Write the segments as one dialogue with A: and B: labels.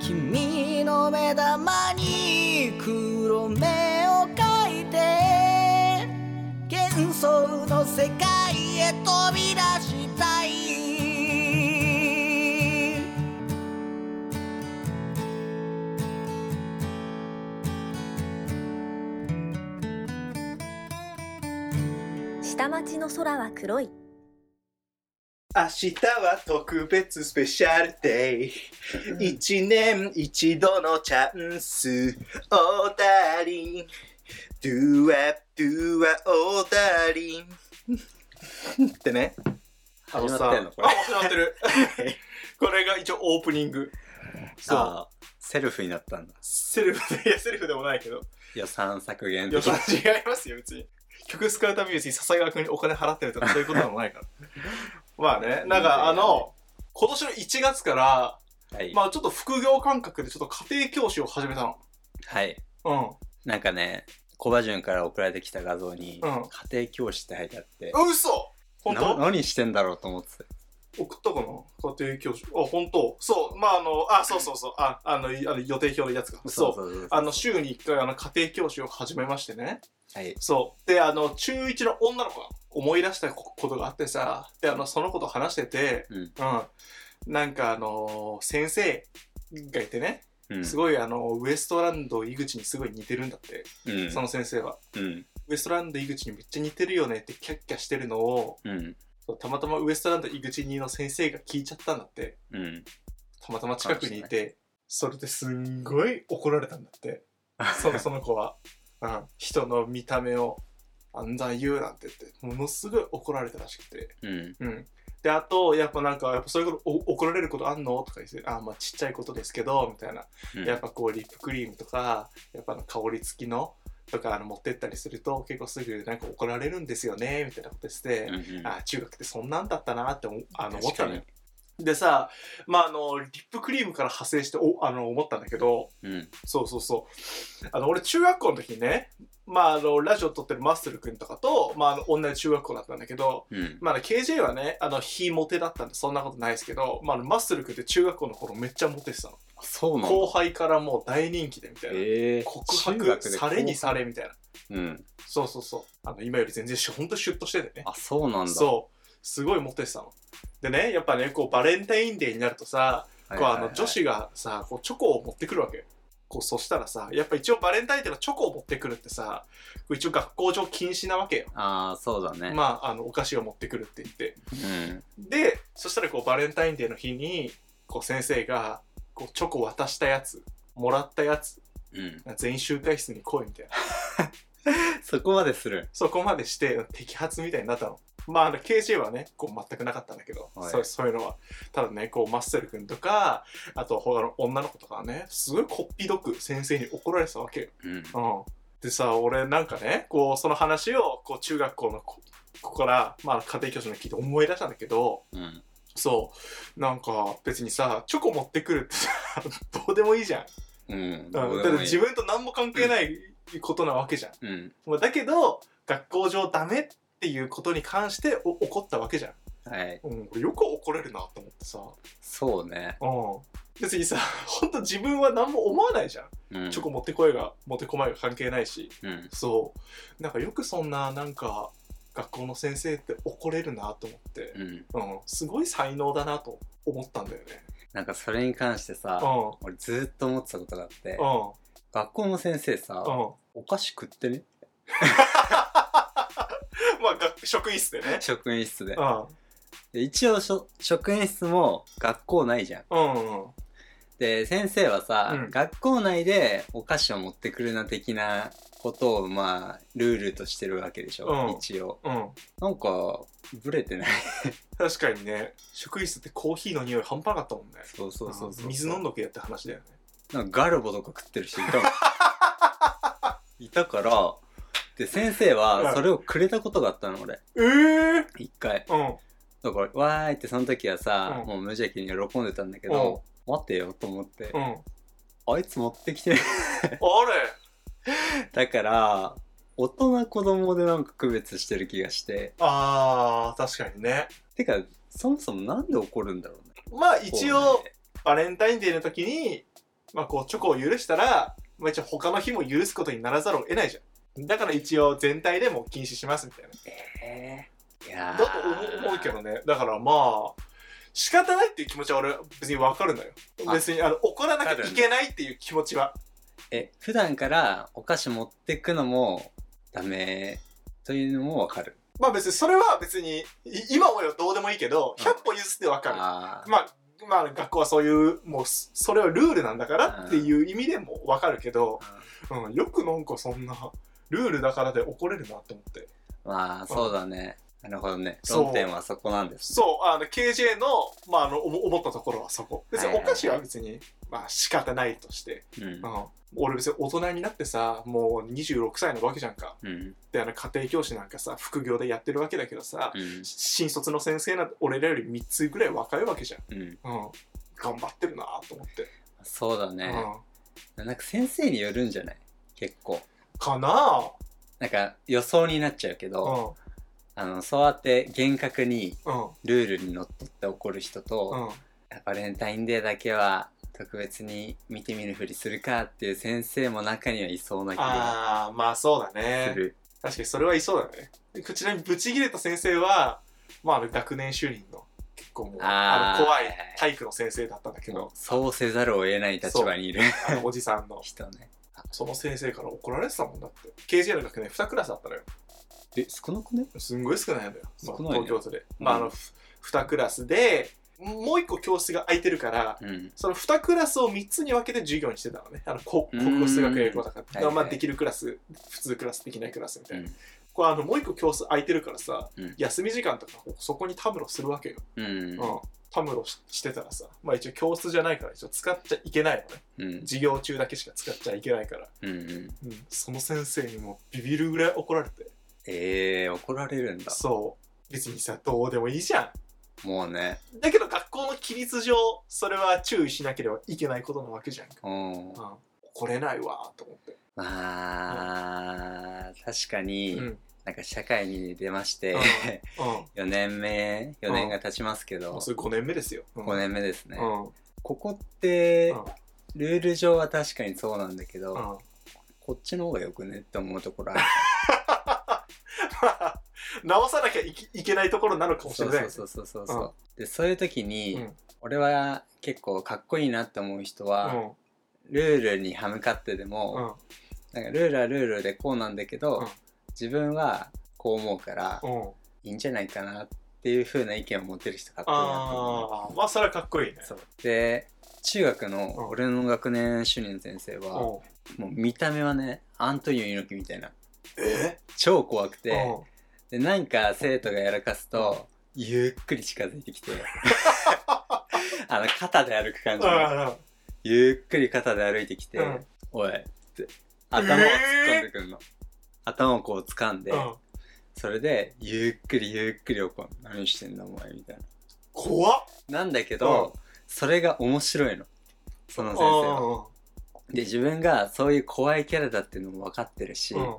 A: 君の目玉に黒目を描いて幻想の世界へ飛び出したい
B: 下町の空は黒い
C: 明日は特別スペシャルデイ。一年一度のチャンス。オーダーリン。ドゥアドゥアオーダーリン。ってね。あの
D: 始まってんのこれ
C: あ、始まってる。 これが一応オープニング。そう。
D: あーセルフになったんだ
C: セルフで、いや、セルフでもないけど。
D: 予算削減
C: いや、
D: 的
C: それは違いますよ、別に。曲スカウターミュージック、笹川君にお金払ってるとか、そういうことでもないから。まあね、なんかあの、今年の1月から、
D: はい、
C: まあちょっと副業感覚でちょっと家庭教師を始めたの。
D: はい、
C: う
D: なんかねコバジュンから送られてきた画像に、
C: うん
D: 家庭教師って書いてあって
C: ん。嘘本
D: な
C: 当
D: 何してんだろうと思って
C: 送ったかな家庭教師。あ、本当そう。まああの、あ、そうそうそう。あ、あの、いあの予定表のやつか。そう
D: うそう
C: あの、週に1回あの家庭教師を始めましてね。
D: はい
C: そう。で、あの、中1の女の子が思い出したことがあってさ、で、あの、その子と話してて、
D: うん
C: うん。なんかあの先生がいてね、
D: うん
C: すごいあの、ウエストランド井口にすごい似てるんだって、
D: うん
C: その先生は。
D: うん
C: ウエストランド井口にめっちゃ似てるよねってキャッキャしてるのを
D: うん
C: そうたまたまウエストランド井口にの先生が聞いちゃったんだって
D: うん
C: たまたま近くにいてそれですんごい怒られたんだってそのその子は、うん、人の見た目をあんざん言うなんて言ってものすごい怒られたらしくて、
D: うん
C: うん、であとやっぱなんかやっぱそういうことお怒られることあんのとか言ってあまあちっちゃいことですけどみたいな
D: うん
C: やっぱこうリップクリームとかやっぱあの香り付きのとかあの持ってったりすると結構すぐなんか怒られるんですよねみたいなことして
D: う、んうん
C: ああ中学ってそんなんだったなって思あの思っ
D: 確
C: た
D: か
C: のよ
D: に。
C: でさまああのリップクリームから派生しておあの思ったんだけど
D: うん
C: そうそうそうあの俺中学校の時にねまああのラジオ撮ってるマッスル君とかと、まあ、あの同じ中学校だったんだけど
D: うん
C: まあ、KJ はね、あの、非モテだったんで、そんなことないですけど、まあ、マッスル君って中学校の頃めっちゃモテてたの。
D: あそうなんだ
C: 後輩からもう大人気でみたいな。
D: えー
C: 告
D: 中
C: 白
D: 学で
C: されにされみたいな
D: うん
C: そうそうそうあの今より全然しほんとシュッとしててね
D: あそうなんだ
C: そうすごいモテてたのでねやっぱねこうバレンタインデーになるとさ
D: は
C: こ
D: いうはい
C: あ
D: はい
C: の女子がさこうチョコを持ってくるわけよこうそしたらさやっぱ一応バレンタインデーのチョコを持ってくるってさこう一応学校上禁止なわけよ
D: ああそうだね、
C: まああのお菓子を持ってくるって言って
D: うん
C: でそしたらこうバレンタインデーの日にこう先生がこうチョコ渡したやつもらったやつ
D: うん
C: 全員集会室に来いみたいな
D: そこまでする
C: そこまでして摘発みたいになったの。まあ、あの KJ はね、こう全くなかったんだけど、
D: はい
C: そうそういうのは。ただね、こうマッセル君とか、あと他の女の子とかはね、すごいこっぴどく先生に怒られてたわけよ。
D: うん
C: うん。でさ、俺なんかね、こうその話をこう中学校の子子から、まあ、家庭教師の聞いて思い出したんだけど、
D: うん
C: そう、なんか別にさ、チョコ持ってくるってさ、 どうでもいいじゃん。
D: うん
C: うん、
D: どう
C: だ
D: でも
C: って
D: いい
C: 自分と何も関係ないことなわけじゃん。
D: うん
C: まあだけど学校上ダメっていうことに関してお怒ったわけじゃん、
D: はい
C: うん、これよく怒れるなと思ってさ、
D: そうね、
C: うん、別にさ 本当自分は何も思わないじゃん、
D: うん、
C: チョコ持ってこいが持ってこまいが関係ないし
D: うん
C: そうなんかよくそんななんか学校の先生って怒れるなと思って、
D: うん
C: うん、すごい才能だなと思ったんだよね
D: なんかそれに関して
C: う
D: さ
C: ん
D: 俺ずーっと思ってたことがあって
C: う
D: 学校の先生さ
C: んうん
D: お菓子食ってね
C: まあ学職員室で ね
D: 職員室で
C: うん
D: で一応しょ職員室も学校内じゃん
C: うんうん
D: で先生はさ、
C: うん
D: 学校内でお菓子を持ってくるな的なことをまあルールとしてるわけでしょ、
C: うん
D: 一応
C: うん
D: なんかブレてない
C: 確かにね職員室ってコーヒーの匂い半端なかったもんね
D: そうそうそうそう
C: 水飲んどけやって話だよね
D: なんかガルボとか食ってる人い たもんいたからで先生はそれをくれたことがあったの俺
C: ええ
D: 一回
C: うん
D: だから「わーい」ってその時はさ、
C: うん
D: もう無邪気に喜んでたんだけど、待てよと思って、
C: うん
D: あいつ持ってきてない
C: あれ
D: だから大人子供でなんか区別してる気がして
C: あー確かにね
D: てかそもそもなんで怒るんだろうね
C: まあ一
D: こう
C: 応
D: ね
C: バレンタインデーの時にまあこうチョコを許したら、まあ一応他の日も許すことにならざるを得ないじゃん。だから一応全体でも禁止しますみたいな。
E: えー、いやー
C: だと思う思うけどね。だからまあ、仕方ないっていう気持ちは俺は別にわかるのよ
D: あ。
C: 別にあの怒らなきゃいけないっていう気持ちは。
D: え普段からお菓子持ってくのもダメというのもわかる
C: まあ別にそれは別に、い今思えばどうでもいいけど、
D: うん
C: 100歩譲ってわかる。
D: あー
C: まあ、まあ学校はそういう、もうそそれはルールなんだからっていう意味でもわかるけど、うん、よくなんかそんな、ルールだからで怒れるなって思って。
D: まあそうだねなるほどね
C: そう
D: 論点はそこなんですね
C: そう、あの、KJ の、まあ、あの、おも思ったところはそこ。別
D: はい
C: に
D: は
C: お
D: い
C: 菓子は別に、まあ、仕方ないとして。
D: うん
C: うん。俺別に大人になってさ、もう26歳なわけじゃんか。
D: うん
C: で、あの、家庭教師なんかさ、副業でやってるわけだけどさ、
D: うん
C: 新卒の先生なんて俺らより3つぐらい若いわけじゃん。
D: うん
C: うん。頑張ってるなと思って。
D: そうだね
C: うん。
D: なんか先生によるんじゃない結構
C: かな
D: なんか予想になっちゃうけど、
C: ぁ。
D: あのそうやって厳格に
C: うん。
D: ルールにのっとって怒る人と、
C: うん。うん。
D: バレンタインデーだけは特別に見てみるふりするかっていう先生も中にはいそうな気が
C: あー、まあそうだね
D: す。る。
C: 確かにそれはいそうだね。ちなみにブチギレた先生は、まあ、あの学年主任の結構もう
D: あー
C: あの怖
D: はい
C: い
D: はい
C: 体育の先生だったんだけ
D: もう
C: ど、
D: そうせざるを得ない立場にいる
C: あのおじさんの。
D: 人ね。
C: その先生から怒られてたもんだって。KJ の学年2クラスだったのよ。
D: え、少なくね
C: すんごい少ないのよ。
D: 少ないね
C: まあ東京都で。まああ
D: う
C: の、
D: ん
C: ふ2クラスで、もう1個教室が空いてるから、
D: うん。
C: その2クラスを3つに分けて授業にしてたのね。あのこ
D: うん
C: 国語、数学、英語だから。
D: はいはい
C: まあできるクラス、普通クラス、できないクラスみた
D: う
C: いな。
D: ん。
C: これあのもう一個教室空いてるからさ、
D: うん
C: 休み時間とかそこにたむろするわけよ、
D: うん
C: う。んたむろししてたらさまあ一応教室じゃないから一応使っちゃいけないのね
D: うん。
C: 授業中だけしか使っちゃいけないから、
D: うん。
C: うん、その先生にもうビビるぐらい怒られて
D: えー、怒られるんだ。
C: そう別にさどうでもいいじゃ
D: もうね。
C: んだけど学校の規律上それは注意しなければいけないことなわけじゃんか、
D: うん
C: う。ん、怒れないわーと思って、
D: まあ、確かに、
C: うんうん
D: なんか社会に出まして、
C: うん
D: 4年目、4年が経ちますけ
C: も
D: ど
C: う、それ5年目ですよ、うん
D: 5年目ですね。
C: うん
D: ここって
C: うん、
D: ルール上は確かにそうなんだけど、
C: うん
D: こっちの方がよくねって思うところある。
C: 直さなきゃいけいけないところなのかもし
D: そ
C: れ
D: う
C: ない。
D: そうそうそうそう。で、そういう時に、
C: うん
D: 俺は結構かっこいいなって思う人は、ルールに歯向かってで
C: うん、
D: も、なんかルールはルールでこうなんだけど、
C: うん
D: 自分はこう思うから、
C: うん、うん。
D: いいんじゃないかなっていう風な意見を持ってる人かっこいいなと思う
C: ああ、まあそれはかっこいいね。
D: そうで中学
C: うん
D: の俺の学年主任の先生は、もう見た目はねアントニオ猪木みたいな
C: うんえ
D: 超怖くて、
C: うん
D: でなんか生徒がやらかすと、ゆっくり近づいて きてあの肩で歩く感じ
C: う
D: の
C: んうん
D: ゆっくり肩で歩いてきて「
C: うん
D: おい」って頭を突っ込んでくるの、頭をこう掴んで、
C: うん
D: それでゆっくりゆっくり怒る何してんだお前みたいな
C: 怖っ
D: なんだけど、それが面白いのその先生はで自分がそういう怖いキャラだっていうのも分かってるし、
C: うんうん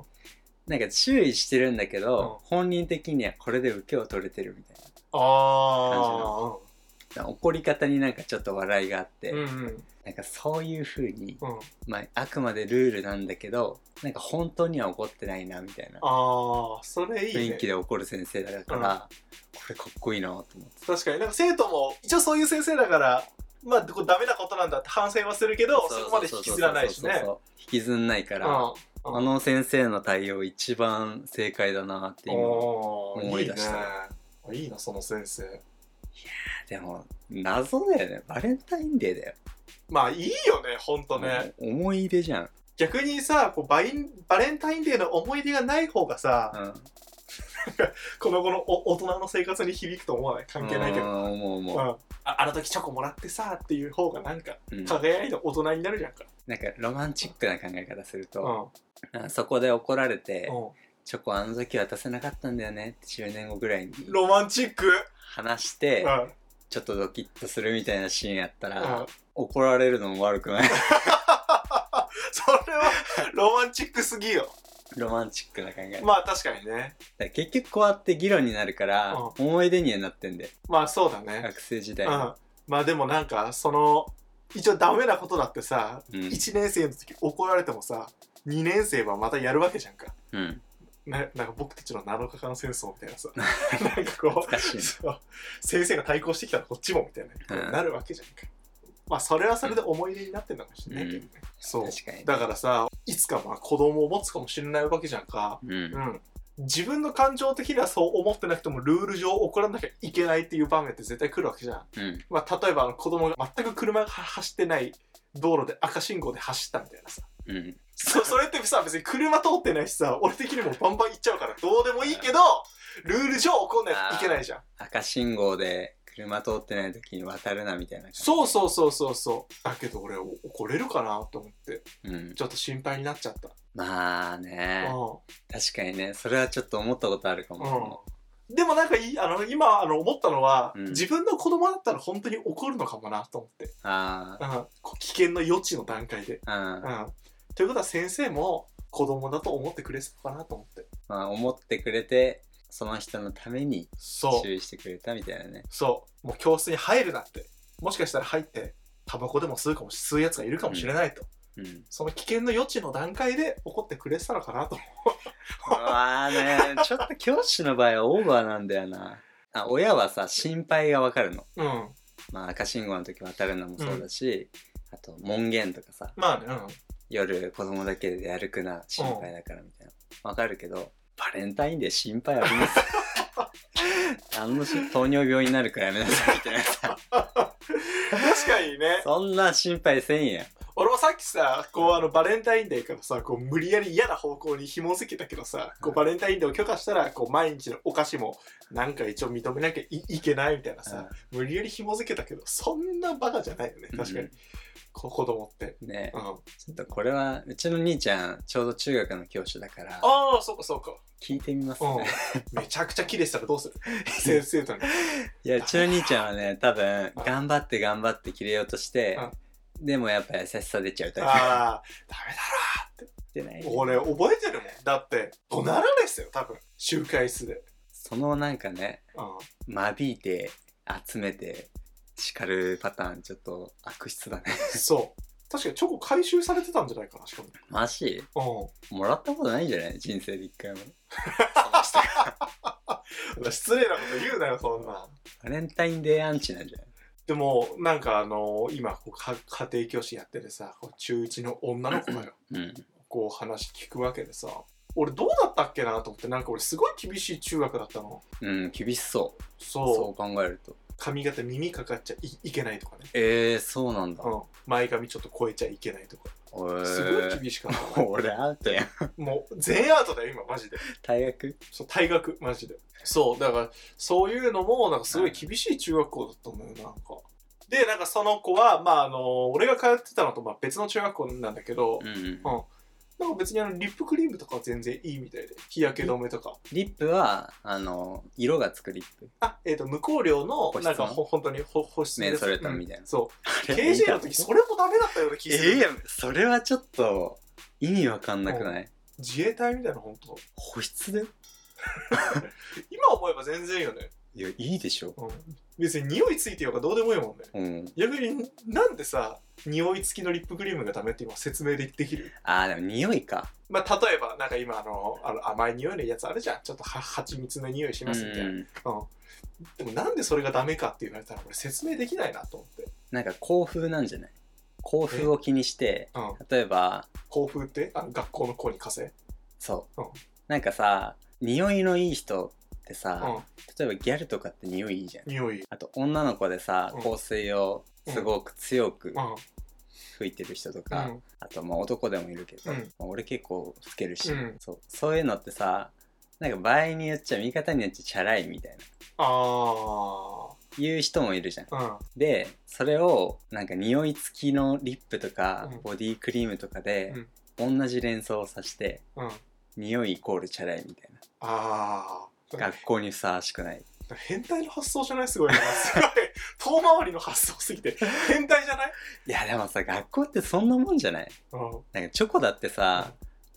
D: なんか注意してるんだけど、
C: う
D: 本人的にはこれで受けを取れてるみたいな
C: あ
D: だから怒り方になんかちょっと笑いがあって、
C: ーうんうん
D: なんかそういう風に、
C: うん
D: まあ、あくまでルールなんだけどなんか本当には怒ってないなみたいな
C: ああそれいいね
D: 雰囲気で怒る先生だから、これかっこいいなと思って
C: 確かになんか生徒も一応そういう先生だからまあこうダメなことなんだって反省はするけどそこまで引きずらないし
D: そうそう
C: ね
D: そう引きずんないから、
C: うん
D: あの先生の対応一番正解だなって今
C: おー
D: 思い出した
C: いいねいいなその先生
D: でも謎だよねバレンタインデーだよ
C: まあいいよねほんとね、
D: もう思い出じゃん、
C: 逆にさこうバインバレンタインデーの思い出がない方がさ、この後のお大人の生活に響くと思わない関係ないけど、
D: どもう
C: うん
D: も
C: ああの時チョコもらってさっていう方がなんか
D: う、うん、
C: 輝いた大人になるじゃんか、
D: なんかロマンチックな考え方する
C: うん
D: と、あそこで怒られて、
C: うん
D: チョコあの時渡せなかったんだよねって10年後ぐらいに
C: ロマンチック、
D: 話し
C: う
D: て
C: んうん
D: ちょっとドキッとするみたいなシーンやったら怒られるのも悪くない
C: それは ロマンチックすぎよ
D: ロマンチックな考え、だか
C: まあ確かにね
D: ら結局こうやって議論になるから思い出にはなってんで
C: まあそうだね、
D: 学生時代
C: う
D: の
C: んまあでもなんかその一応ダメなことだってさ、
D: うん
C: 1年生の時怒られてもさ2年生はまたやるわけじゃんか
D: うん。
C: ななんか僕たちの7日間戦争みたいなさ なんかこ
D: 難しいう
C: そう先生が対抗してきたらこっちもみたいな、
D: うん
C: なるわけじゃんかまあそれはそれで思い出になってんだかもしれないけどね、そう
D: 確かに。
C: だからさいつかまあ子供を持つかもしれないわけじゃんか、
D: うん。
C: うん、自分の感情的にはそう思ってなくてもルール上怒らなきゃいけないっていう場面って絶対来るわけじゃん、
D: うん。
C: まあ、例えばあの子供が全く車が走ってない道路で赤信号で走ったみたいなさ
D: うん。
C: そ それってさ別に車通ってないしさ俺的にもバンバン行っちゃうからどうでもいいけどルール上怒んないといけないじゃん
D: 赤信号で車通ってない時に渡るなみたいな感じ。
C: そうそうそうそうそうだけど俺お怒れるかなと思って
D: うん。
C: ちょっと心配になっちゃった、
D: まあね。確かにね。それはちょっと思ったことあるか
C: うんうん
D: も。
C: でもなんかいいあの今あの思ったのは、
D: うん
C: 自分の子供だったら本当に怒るのかもなと思って
D: あ
C: うんこう危険の余地の段階で。
D: あ。うん
C: う。ん、ということは先生も子供だと思ってくれそうかなと思って。
D: まあ思ってくれて、その人のために
C: そ
D: 注
C: う。
D: 意してくれたみたいなね。
C: そう。もう教室に入るなって。もしかしたら入って、タバコでも吸うかもし吸うやつがいるかもしれないと。
D: うん。
C: その危険の余地の段階で怒ってくれてたのかなと。
D: まあね、ちょっと教師の場合はオーバーなんだよな。あ親はさ、心配がわかるの。
C: うん。
D: まあ赤信号の時渡るのもそうだし、あと門限とかさ、
C: まあね、うん。
D: 夜子供だけで歩くな心配だからみたいなわかるけどバレンタインで心配あります あの人糖尿病になるからやめなさい みたいなさ
C: 確かにね。
D: そんな心配せんやん
C: 俺もさっきさ、こうあのバレンタインデーからさ、こう無理やり嫌な方向に紐づけたけどさ、こうバレンタインデーを許可したら、こう毎日のお菓子もなんか一応認めなきゃいいけないみたいなさ、無理やり紐づけたけどそんなバカじゃないよね
D: うん
C: 確かに、こ子供って、
D: うんね
C: うん、あ
D: ちょっとこれはうちの兄ちゃんちょうど中学の教師だから
C: あそうかそうか、
D: 聞いてみますね
C: うん、めちゃくちゃキレしたらどうす る先生とに
D: いやうちの兄ちゃんはね多分頑張って頑張ってキレようとしてでもやっぱ優しさ出ちゃうタイプ
C: ああダ
D: じゃない
C: メだ俺覚えてるもんだって怒鳴られてたよ多分集会室で、
D: そのなんかね
C: うん、
D: 間引いて集めて叱るパターンちょっと悪質だね
C: そう確かにチョコ回収されてたんじゃないかなしか
D: マジ
C: も、
D: もらったことないんじゃない人生で一回も
C: うん、失礼なこと言うなよそんな
D: バレンタインデーアンチなんじゃない
C: でもなんかあの今こうか家庭教師やっててさこう中1の女の子がよ
D: うん
C: こう話聞くわけでさ俺どうだったっけなと思ってなんか俺すごい厳しい中学だったの
D: うん厳しそう
C: そ
D: そう
C: う
D: 考えると
C: 髪型耳かかっちゃいいけないとかね、
D: えー、そうなんだ、
C: うん、前髪ちょっと超えちゃいけないとか
D: えー、
C: すごい厳しかった、
D: 俺アウト やん
C: もう全アートだよ今マジで
D: 大学
C: そう退学マジでそうだからそういうのもなんかすごい厳しい中学校だったんだよなんかでなんかその子はまああの俺が通ってたのとまあ別の中学校なんだけど、
D: うんうん
C: なんか別にあのリップクリームとかは全然いいみたいで日焼け止めとか
D: リップはあの色がつくリップ
C: あ、えっ、と、無香料の
D: 保、湿の
C: なんか、ほ、本当にほ、保湿
D: メンソレータンみたいな
C: うんそう。KJ の時、それもダメだったような気
D: え
C: がする。
D: ー、それはちょっと意味わかんなくない
C: 自衛隊みたいな、本当
D: 保湿で
C: 今思えば全然いいよね。
D: いやいいでしょ
C: うん。別に匂いついてようがどうでもいいもんね。
D: うん
C: 逆に、なんでさ、匂い付きのリップクリームがダメって今説明でできる
D: ああ、でも匂いか。
C: まあ、例えば、なんか今あの、あの甘い匂いのやつあるじゃん。ちょっとは蜂蜜の匂いしますみたいな。うん。でもなんでそれがダメかって言われたら、俺説明できないなと思って。
D: なんか校風なんじゃない校風を気にして、
C: うん。
D: 例えば、
C: 校風って、あの、学校の校に課せ。
D: そう。
C: うん
D: なんかさ、匂いのいい人って
C: う
D: さ、
C: ん。
D: 例えばギャルとかって匂いいいじゃん。
C: 匂い。
D: あと女の子でさ
C: うん、
D: 香水をすごく強く
C: うん。
D: 吹いてる人と
C: う
D: か、
C: ん。
D: あとまあ男でもいるけど、
C: うん
D: まあ俺結構つけるし、
C: うん
D: そう、そういうのってさ、なんか場合によっちゃ見方によっちゃチャラいみたいな。
C: あ
D: いう人もいるじゃん。
C: あ、
D: でそれをなんか匂い付きのリップとか、
C: うん
D: ボディクリームとかで、同じ連想をさせて
C: うん、うん。あ
D: 匂いイコールチャラいみたい
C: あー、
D: な学校にふさわしくない
C: 変態の発想じゃないすごいな。すごい。遠回りの発想すぎて、変態じゃない
D: いやでもさ学校ってそんなもんじゃない
C: うん。
D: なんかチョコだってさ、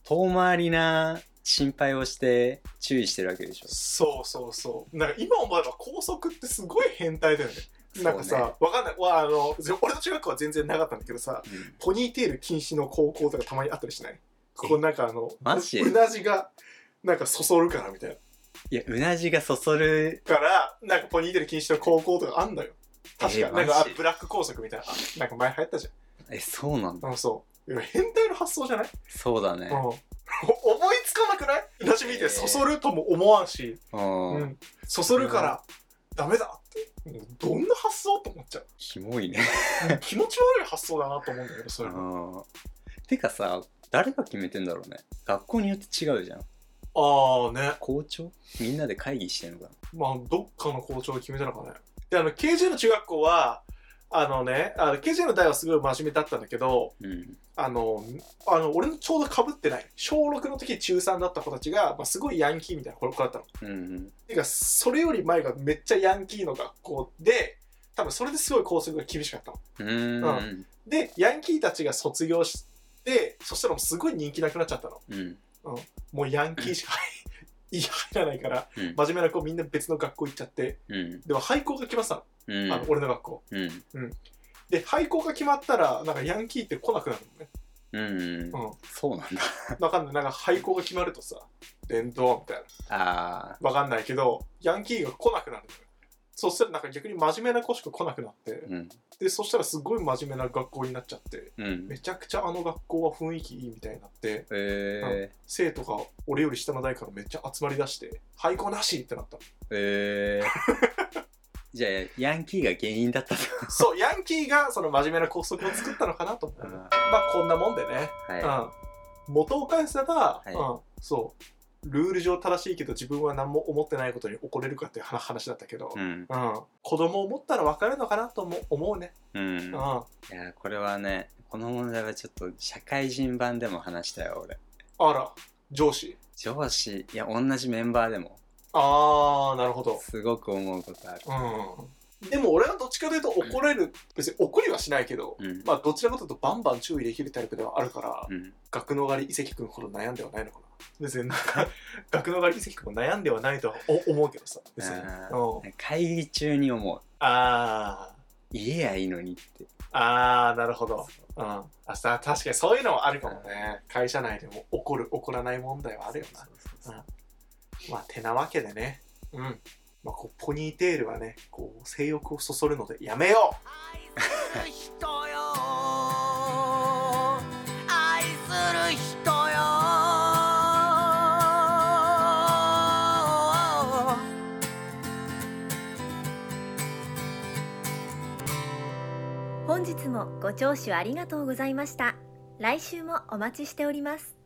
D: 遠回りな心配をして注意してるわけでしょ
C: そうそうそう。なんか今思えば校則ってすごい変態だよね。なんか
D: そうね
C: さ、わかんない。わあの、ぜ俺の中学校は全然なかったんだけどさ、
D: うん
C: ポニーテール禁止の高校とかたまにあったりしないここなんかあの、
D: マジ
C: ううなじが、なんかそそるからみたいな。
D: いやうなじがそそる
C: から、なんかポニーテール禁止の高校とかあんだよ。確か、
D: えー
C: なんかあ
D: マジ
C: ブラック工作みたいな。あなんか前流行ったじ
D: えそうなんだ
C: ゃん。あそう。でも変態の発想じゃない、
D: そうだ
C: う
D: ね
C: ん、思いつかなくないうなじ見
D: えー
C: て、そそるとも思わんし、
D: うん、
C: うん、そそるから、ダメだって。もうどんな発想と思っちゃう。
D: キモいね
C: 気持ち悪い発想だなと思うんだけど、それは。
D: うんてかさ誰が決めてんだろうね学校によって違うじゃん
C: ああね。
D: 校長みんなで会議してんのか
C: まあ、どっかの校長が決めたのかね。で、あの、KJ の中学校は、あのね、あの KJ の代はすごい真面目だったんだけど、
D: なうん
C: あの、あの俺のちょうど被ってない、小6の時中3だった子たちが、まあ、すごいヤンキーみたいな子だったの。
D: うんうん
C: てか、それより前がめっちゃヤンキーの学校で、多分それですごい校則が厳しかったの。
D: うーん
C: で、ヤンキーたちが卒業して、そしたらもうすごい人気なくなっちゃったの。
D: うん
C: もうヤンキーしかい入らないから、
D: うん
C: 真面目な子みんな別の学校行っちゃって、
D: うん
C: でも廃校が決まってたの。
D: うん
C: あの俺の学校。
D: うん
C: で、廃校が決まったら、なんかヤンキーって来なくなるの
D: う
C: ね。
D: ん
C: うん。
D: そうなんだ
C: わかんない。なんか廃校が決まるとさ、電動みたい
D: あ
C: な。わかんないけど、ヤンキーが来なくなるのよ。そしたらなんか逆に真面目な子しか来なくなって
D: ー、うん
C: で、そしたらすごい真面目な学校になっちゃって、
D: うん
C: めちゃくちゃあの学校は雰囲気いいみたいになって、
D: え
C: 生徒が俺より下の代からめっちゃ集まりだして、廃校なしってな った。
D: ー、えー、 じゃあヤンキーが原因だったと
C: そう、ヤンキーがその真面目な校則を作ったのかなと思う。ま
D: は
C: あこんなもんでね。うん、元を返せば、
D: はい
C: うん、そうルール上正しいけど自分は何も思ってないことに怒れるかっていう話話だったけど
D: い、うん
C: うん子供を持ったら分かるのかなとも思うね、
D: うん
C: う
D: い
C: ん、あ
D: やこれはねこの問題はちょっと社会人版でも話したよ俺
C: ら上司
D: 上司いや同じメンバーでも
C: ああなるほど、
D: すごく思うことある
C: うん、でも俺はどっちかというと怒れる、別に怒りはしないけど、
D: うん
C: まあどちらかというとバンバン注意できるタイプではあるから、
D: うん
C: 学能狩り遺跡くんほど悩んではないのかな別になんか学能狩り遺跡くんも悩んではないとはお思うけどさ別に、
D: あ
C: うん、
D: 会議中に思う
C: ああ
D: 言えやいいのにって
C: ああ、なるほど。うん。あさ確かにそういうのもあるかもね。会社内でも起こる、起こらない問題はあるよな。まあ、てなわけでね。うん。まあ、こうポニーテールはね、こう、性欲をそそるのでやめよう
F: 愛する人よ愛する人よ
B: 本日もご聴取ありがとうございました来週もお待ちしております